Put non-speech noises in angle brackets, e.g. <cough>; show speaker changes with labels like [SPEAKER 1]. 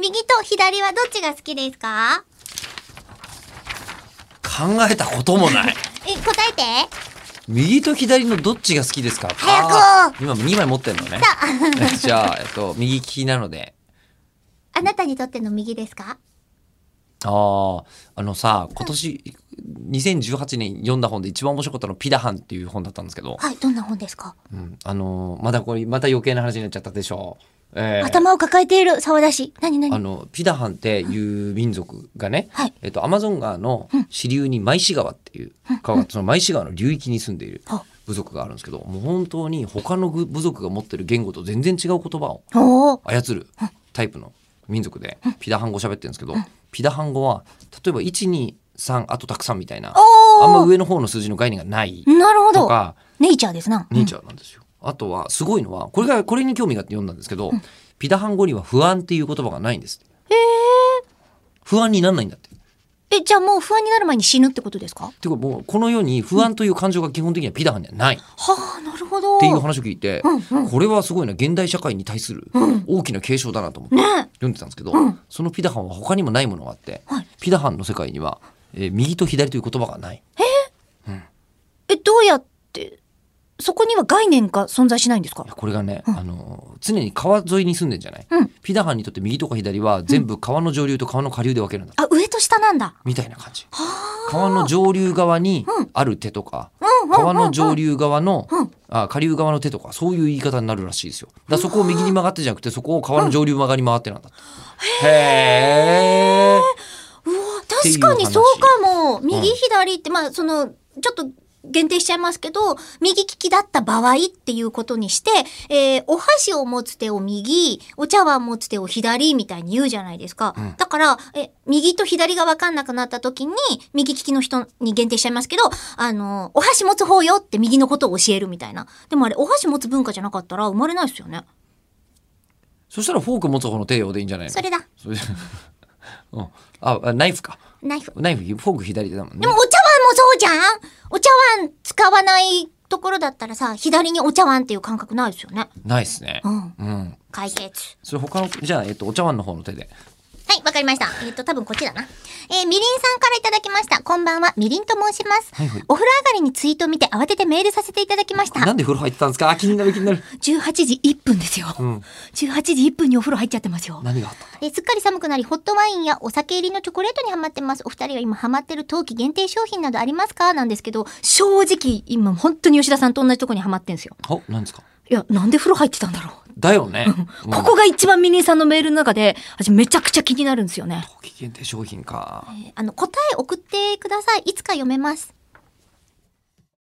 [SPEAKER 1] 右と左はどっちが好きですか
[SPEAKER 2] 考えたこともない。
[SPEAKER 1] え、答えて。
[SPEAKER 2] <laughs> 右と左のどっちが好きですか
[SPEAKER 1] 早く
[SPEAKER 2] あー今2枚持ってんのね。 <laughs> じゃあ、えっと、右利きなので。
[SPEAKER 1] あなたにとっての右ですか
[SPEAKER 2] ああ、あのさ、今年、2018年読んだ本で一番面白かったのピダハンっていう本だったんですけど、
[SPEAKER 1] はい、どんな本ですか、
[SPEAKER 2] うん、あのーまだこれ、また余計な話になっちゃったでしょう。えー
[SPEAKER 1] 頭を抱えている沢田氏。なにな
[SPEAKER 2] あ
[SPEAKER 1] に
[SPEAKER 2] のピダハンっていう民族がね、
[SPEAKER 1] はい
[SPEAKER 2] えっと、アマゾン川の支流にマイシ川っていう川がそのマイシ川の流域に住んでいる
[SPEAKER 1] は
[SPEAKER 2] 部族があるんですけどもう本当に他の部族が持ってる言語と全然違う言葉を
[SPEAKER 1] おー。
[SPEAKER 2] 操るタイプの民族でピダハン語喋ってるんですけどピダハン語は例えば123あとたくさんみたいなあんま
[SPEAKER 1] おー
[SPEAKER 2] 上の方の数字の概念がない
[SPEAKER 1] なるほ
[SPEAKER 2] と
[SPEAKER 1] ど。
[SPEAKER 2] か
[SPEAKER 1] ネイチャーですな。
[SPEAKER 2] ネイチャーなんですよ。あとはすごいのはこれがこれに興味があって読んだんですけど、ピダハン語には不安っていう言葉がないんです。不安にならないんだって。
[SPEAKER 1] え、じゃあもう不安になる前に死ぬってことですか
[SPEAKER 2] ていうかもうこの世に不安という感情が基本的にはピダハンにはないっ
[SPEAKER 1] はあ、なるほど。
[SPEAKER 2] ていう話を聞いて、これはすごいな現代社会に対する大きな警鐘だなと思って
[SPEAKER 1] ね
[SPEAKER 2] 読んでたんですけど、そのピダハンは他にもないものがあって、
[SPEAKER 1] はい
[SPEAKER 2] ピダハンの世界には、えー右と左という言葉がない。
[SPEAKER 1] え、どうやって、そこには概念が存在しないんですか
[SPEAKER 2] いやこれがね、あの常に川沿いに住んでんじゃない、
[SPEAKER 1] うん
[SPEAKER 2] ピダハンにとって右とか左は全部川の上流と川の下流で分けるんだ
[SPEAKER 1] あ、上と下なんだ。
[SPEAKER 2] みたいな感じ。川の上流側にある手とか、川の上流側の、あ下流側の手とか、そういう言い方になるらしいですよ。だからそこを右に曲がってじゃなくて、そこを川の上流曲がり回ってなんだって。へー。
[SPEAKER 1] うわ、
[SPEAKER 2] ていう
[SPEAKER 1] 確かにそうかも。
[SPEAKER 2] ん
[SPEAKER 1] 右左って、まあ、その、ちょっと、限定しちゃいますけど、右利きだった場合っていうことにして、えーお箸を持つ手を右、お茶碗持つ手を左みたいに言うじゃないですか。だから、え、右と左が分かんなくなった時に、右利きの人に限定しちゃいますけど、あの、お箸持つ方よって右のことを教えるみたいな。でもあれ、お箸持つ文化じゃなかったら生まれないですよね。
[SPEAKER 2] そしたらフォーク持つ方の手用でいいんじゃないの
[SPEAKER 1] それだ。
[SPEAKER 2] それ <laughs> うんあ、あナイフか。
[SPEAKER 1] ナイフ。
[SPEAKER 2] ナイフ、フォーク左手だもん
[SPEAKER 1] で
[SPEAKER 2] ね
[SPEAKER 1] も。お茶碗もそうじゃんお茶碗使わないところだったらさ、左にお茶碗っていう感覚ないですよね。
[SPEAKER 2] ないっすね
[SPEAKER 1] う。ん。
[SPEAKER 2] うん。
[SPEAKER 1] 解決。
[SPEAKER 2] それ他の、じゃあ、えっと、お茶碗の方の手で。
[SPEAKER 1] はい、わかりました。えっ、と、多分こっちだな。えーみりんさんからいただきました。こんばんは、みりんと申します。
[SPEAKER 2] はいはい
[SPEAKER 1] お風呂上がりにツイート見て慌ててメールさせていただきました。
[SPEAKER 2] なんで風呂入ってたんですかあ気になる気になる。
[SPEAKER 1] <laughs> 18時1分ですよ。
[SPEAKER 2] うん。
[SPEAKER 1] 18時1分にお風呂入っちゃってますよ。
[SPEAKER 2] 何があったんだ
[SPEAKER 1] えーすっかり寒くなり、ホットワインやお酒入りのチョコレートにハマってます。お二人は今ハマってる冬季限定商品などありますかなんですけど、正直、今本当に吉田さんと同じとこにハマってんですよ。
[SPEAKER 2] お、何ですか
[SPEAKER 1] いや、なんで風呂入ってたんだろ
[SPEAKER 2] だよね。
[SPEAKER 1] う。ここが一番ミニーさんのメールの中で、私めちゃくちゃ気になるんですよね。
[SPEAKER 2] 冬季限定商品か。
[SPEAKER 1] えーあの、答え送ってください。いつか読めます。